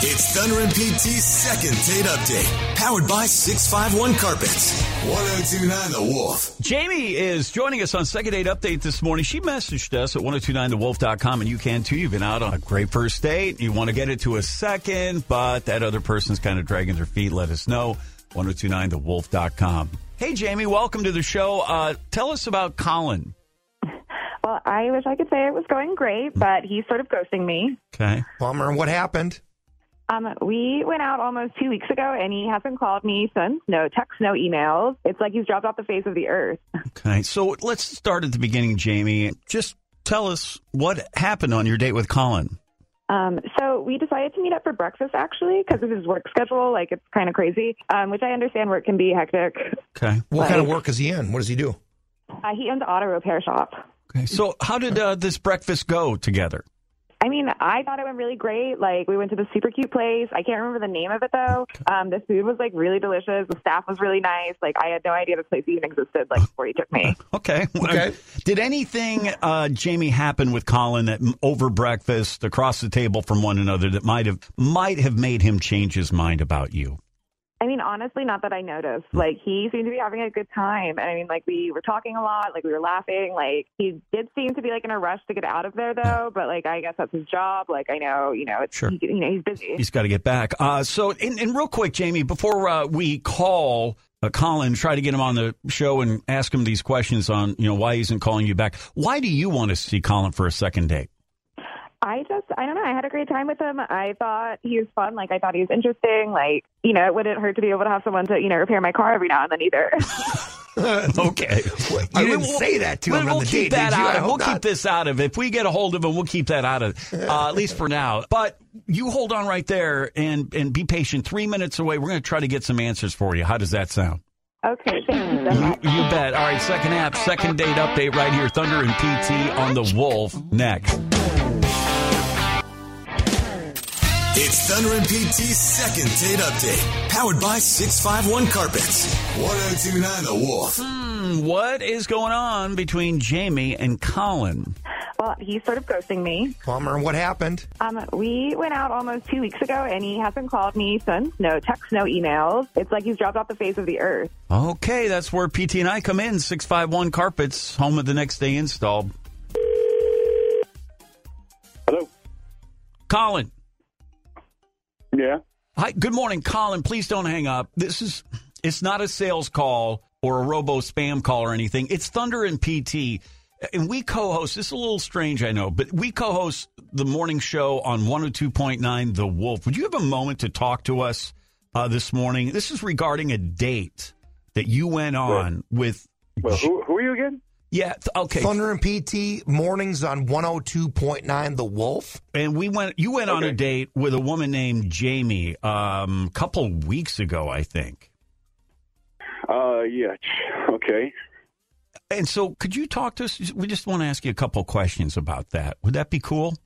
It's Thunder and PT's second date update, powered by 651 Carpets. 1029 The Wolf. Jamie is joining us on Second Date Update this morning. She messaged us at 1029thewolf.com, and you can too. You've been out on a great first date. You want to get it to a second, but that other person's kind of dragging their feet. Let us know. 1029thewolf.com. Hey, Jamie, welcome to the show. Uh, tell us about Colin. Well, I wish I could say it was going great, but he's sort of ghosting me. Okay. Bummer. What happened? Um, we went out almost two weeks ago, and he hasn't called me since. No texts, no emails. It's like he's dropped off the face of the earth. Okay. So let's start at the beginning, Jamie. Just tell us what happened on your date with Colin. Um, so we decided to meet up for breakfast actually because of his work schedule. Like it's kind of crazy, um, which I understand work can be hectic. Okay. What Like- kind of work is he in? What does he do? Uh, he owns an auto repair shop. Okay. So, how did uh, this breakfast go together? I mean, I thought it went really great. Like we went to this super cute place. I can't remember the name of it though. Um, the food was like really delicious. The staff was really nice. Like I had no idea this place even existed. Like before he took me. Okay. Okay. Did anything, uh, Jamie, happen with Colin that m- over breakfast, across the table from one another, that might have might have made him change his mind about you? I mean, honestly, not that I noticed. Like he seemed to be having a good time, and I mean, like we were talking a lot. Like we were laughing. Like he did seem to be like in a rush to get out of there though. But like I guess that's his job. Like I know, you know, it's Sure. he, you know he's busy. He's got to get back. Uh, so, and, and real quick, Jamie, before uh, we call uh, Colin, try to get him on the show and ask him these questions on, you know, why he isn't calling you back. Why do you want to see Colin for a second date? I just, I don't know. I had a great time with him. I thought he was fun. Like, I thought he was interesting. Like, you know, it wouldn't hurt to be able to have someone to, you know, repair my car every now and then either. Okay. I didn't say that to him We'll on the keep date, that did you? I out of hope We'll keep not. this out of If we get a hold of him, we'll keep that out of uh, at least for now. But you hold on right there and, and be patient. Three minutes away. We're going to try to get some answers for you. How does that sound? okay. Thank you so You, much. you bet. All right, second app, second date update right here. Thunder and PT on the Wolf next. It's Thunder and PT's second date update, powered by 651 Carpets. 1029 The Wolf. What is going on between Jamie and Colin? Well, he's sort of ghosting me. Bummer. What happened? Um, we went out almost two weeks ago, and he hasn't called me since. No texts, no emails. It's like he's dropped off the face of the earth. Okay, that's where PT and I come in. 651 Carpets, home of the next day install. Hello. Colin. Yeah. Hi, good morning, Colin. Please don't hang up. This is it's not a sales call or a robo spam call or anything. It's Thunder and PT. And we co-host, this is a little strange, I know, but we co-host the morning show on 102.9 The Wolf. Would you have a moment to talk to us uh, this morning? This is regarding a date that you went on with Well, who, who are you again? Yeah, th- okay. Thunder and PT mornings on 102.9 The Wolf. and we went you went on a Okay. date with a woman named Jamie um a couple weeks ago, I think. Uh, yeah. Okay. And so, could you talk to us? We just want to ask you a couple questions about that. Would that be cool?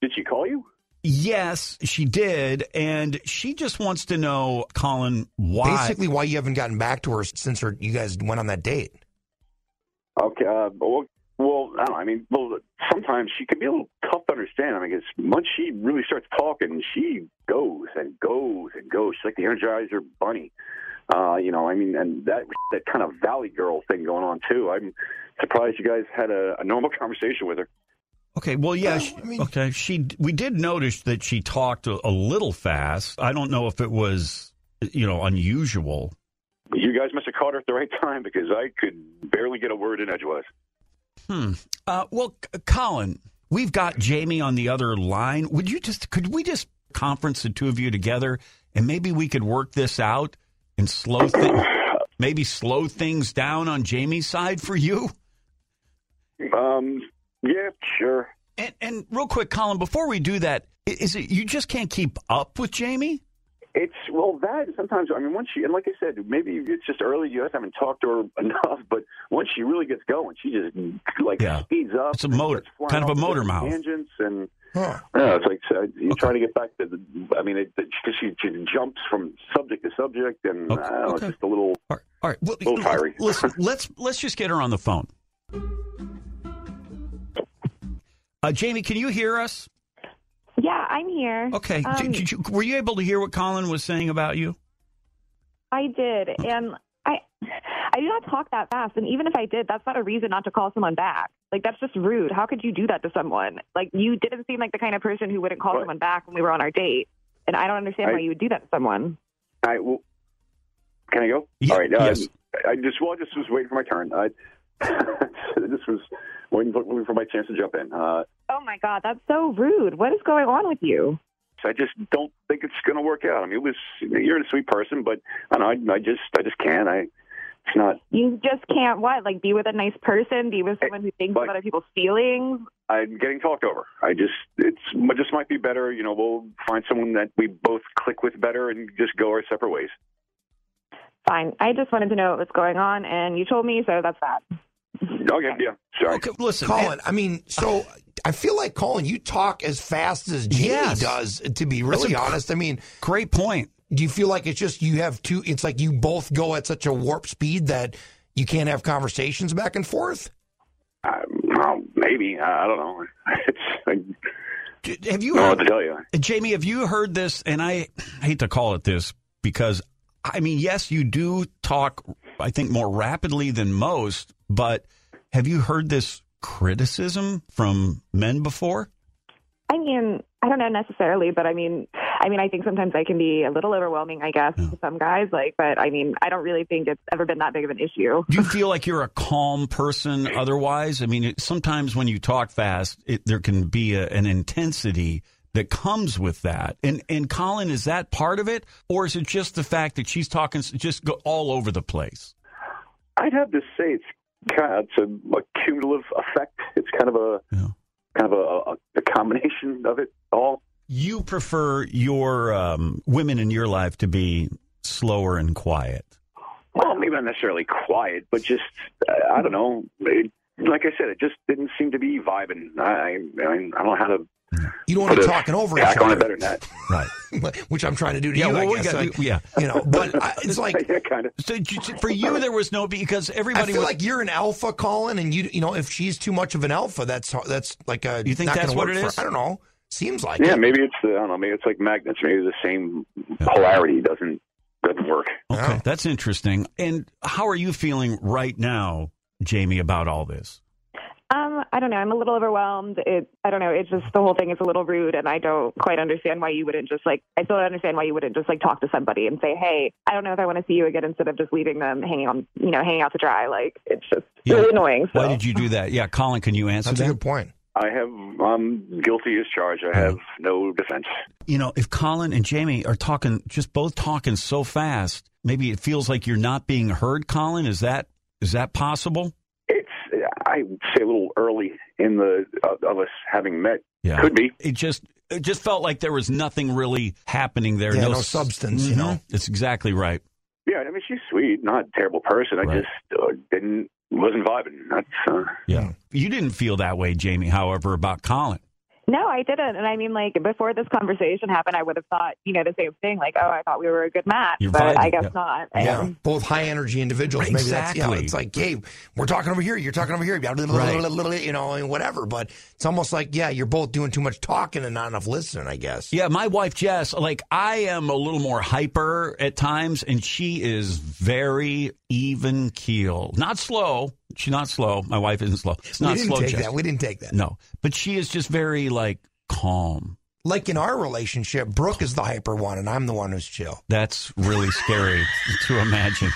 Did she call you? Yes, she did. And she just wants to know, Colin, why. Basically, why you haven't gotten back to her since her, you guys went on that date. Okay. Uh, well, well, I don't know. I mean, well, sometimes she can be a little tough to understand. I mean, because once she really starts talking, she goes and goes and goes. She's like the Energizer Bunny. Uh, you know, I mean, and that that kind of Valley Girl thing going on too. I'm surprised you guys had a, a normal conversation with her. okay, well, yeah. Well, she- I mean- okay, she. We did notice that she talked a, a little fast. I don't know if it was, you know, unusual. You guys must have caught her at the right time because I could barely get a word in edgewise. Hmm. Uh, well, C- Colin, we've got Jamie on the other line. Would you just could we just conference the two of you together and maybe we could work this out and slow thi- maybe slow things down on Jamie's side for you? Um, yeah, sure. And and real quick, Colin, before we do that, Is it you just can't keep up with Jamie? It's well that sometimes I mean once she and like I said maybe it's just early you guys haven't talked to her enough but once she really gets going she just like Yeah. speeds up It's a and motor- starts flying kind of a off motor different mouth. tangents and Huh. yeah it's like so you try to get back to the I mean it, it, she, she jumps from subject to subject and Okay, I don't know, it's okay. just a little All right, all right. Well, Little fiery. listen, let's let's just get her on the phone. Uh, Jamie, can you hear us? Yeah, I'm here. Okay. Um, Did- did you- were you able to hear what Colin was saying about you? I did, and I I do not talk that fast. And even if I did, that's not a reason not to call someone back. Like that's just rude. How could you do that to someone? Like you didn't seem like the kind of person who wouldn't call Right. someone back when we were on our date. And I don't understand I- why you would do that to someone. All right. Well, can I go? Ye- All right. yes. I just well, I just was waiting for my turn. I this was waiting for, waiting for my chance to jump in. Uh, Oh my god, that's so rude. What is going on with you? so I just don't think it's going to work out. I mean, it was you're a sweet person, but I don't know. I, I just I just can't. I it's not. You just can't what? Like be with a nice person, be with someone who thinks like- about other people's feelings. I'm getting talked over. I just it's it just might be better. You know, we'll find someone that we both click with better and just go our separate ways. Fine. I just wanted to know what was going on and you told me, so that's that. Okay. Oh, Yeah. Sorry. Okay, listen, Colin, I mean, so I feel like Colin, you talk as fast as Jamie Yes. does. To be really inc- honest, I mean, great point. do you feel like it's just you have two? It's like you both go at such a warp speed that you can't have conversations back and forth. Uh, well, maybe I, I don't know. It's I don't D- Have you know heard what to tell you. Jamie, have you heard this? And I hate to call it this because, I mean, yes, you do talk, I think, more rapidly than most, but have you heard this criticism from men before? I mean, I don't know necessarily, but I mean, I mean, I think sometimes I can be a little overwhelming, I guess, to some guys. Like, but I mean, I don't really think it's ever been that big of an issue. Do you feel like you're a calm person otherwise? I mean, it, sometimes when you talk fast, it, there can be a, an intensity that comes with that. And and Colin, is that part of it, or is it just the fact that she's talking s- just go all over the place? I'd have to say it's kind of, it's a, a cumulative effect. It's kind of a Yeah. kind of a, a, a combination of it all. You prefer your um, women in your life to be slower and quiet. Well, maybe not necessarily quiet, but just uh, I don't know. It, like I said, it just didn't seem to be vibing. I I, mean, I don't know how to You don't want to put a talking over each tack on it better other, than that. Right. which I'm trying to do to Yeah, you. well, I we guess. got- like, yeah. you know, but I, it's like yeah, kind of. So j- j- for you, there was no because I everybody feel was. like you're an alpha, Colin, and you you know if she's too much of an alpha, that's that's like a You think not that's gonna what work it for- is? I don't know. Seems like Yeah, it. maybe it's uh, I don't know. Maybe it's like magnets. Maybe the same polarity doesn't doesn't work. Okay, Oh. that's interesting. And how are you feeling right now, Jamie, about all this? Um, I don't know. I'm a little overwhelmed. It, I don't know. It's just the whole thing is a little rude, and I don't quite understand why you wouldn't just like. I still don't understand why you wouldn't just like talk to somebody and say, "Hey, I don't know if I want to see you again," instead of just leaving them hanging on, you know, hanging out to dry. Like it's just Yeah. really annoying. So. Why did you do that? Yeah, Colin, can you answer that's a that? good point. I have I'm guilty as charged. I have Mm-hmm. no defense. You know, if Colin and Jamie are talking, just both talking so fast, maybe it feels like you're not being heard. Colin, is that is that possible? It's I would say a little early in the of of us having met. Yeah. Could be. It just it just felt like there was nothing really happening there. Yeah, no s- substance, you Mhm. know? That's exactly right. Yeah, I mean she's sweet, not a terrible person. I Right. just uh, didn't wasn't vibing. That's uh, Yeah. You didn't feel that way, Jamie, however, about Colin. No, I didn't. And I mean, like, before this conversation happened, I would have thought, you know, the same thing. Like, oh, I thought we were a good match, You're but vibing, I guess yeah. not. Yeah, And both high energy individuals. Maybe that's yeah. Exactly. It's like, hey, we're talking over here, you're talking over here, blah, blah, blah, blah, blah, you know, and whatever. But it's almost like, yeah, you're both doing too much talking and not enough listening. I guess. Yeah, my wife Jess, like I am a little more hyper at times, and she is very even keel. Not slow. She's not slow. My wife isn't slow. It's we not didn't slow, take Jess. that. We didn't take that. No, but she is just very like calm. Like in our relationship, Brooke is the hyper one, and I'm the one who's chill. That's really scary to imagine.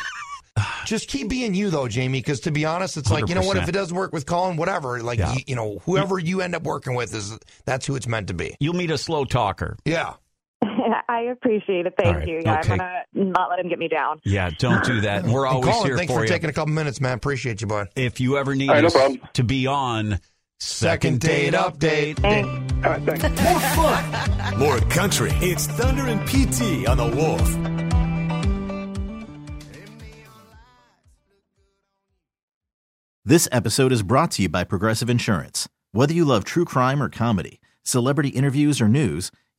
Just keep being you though, Jamie, because to be honest, it's like you know what? 100%. If it doesn't work with Colin, whatever. Like Yeah. you, you know, whoever you end up working with is that's who it's meant to be. You'll meet a slow talker. Yeah. I appreciate it. Thank All right. you. Yeah, Okay. I'm going to not let him get me down. Yeah, don't do that. And we're And always Colin, here thanks for you. taking a couple minutes, man. Appreciate you, bud. if you ever need All right, no us problem. to be on, Second date update. Thanks. All right, thanks. More fun, more country. It's Thunder and PT on the Wolf. This episode is brought to you by Progressive Insurance. Whether you love true crime or comedy, celebrity interviews or news,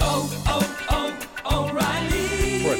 Oh,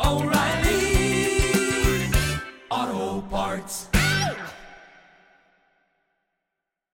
oh, oh, O'Reilly Auto Parts.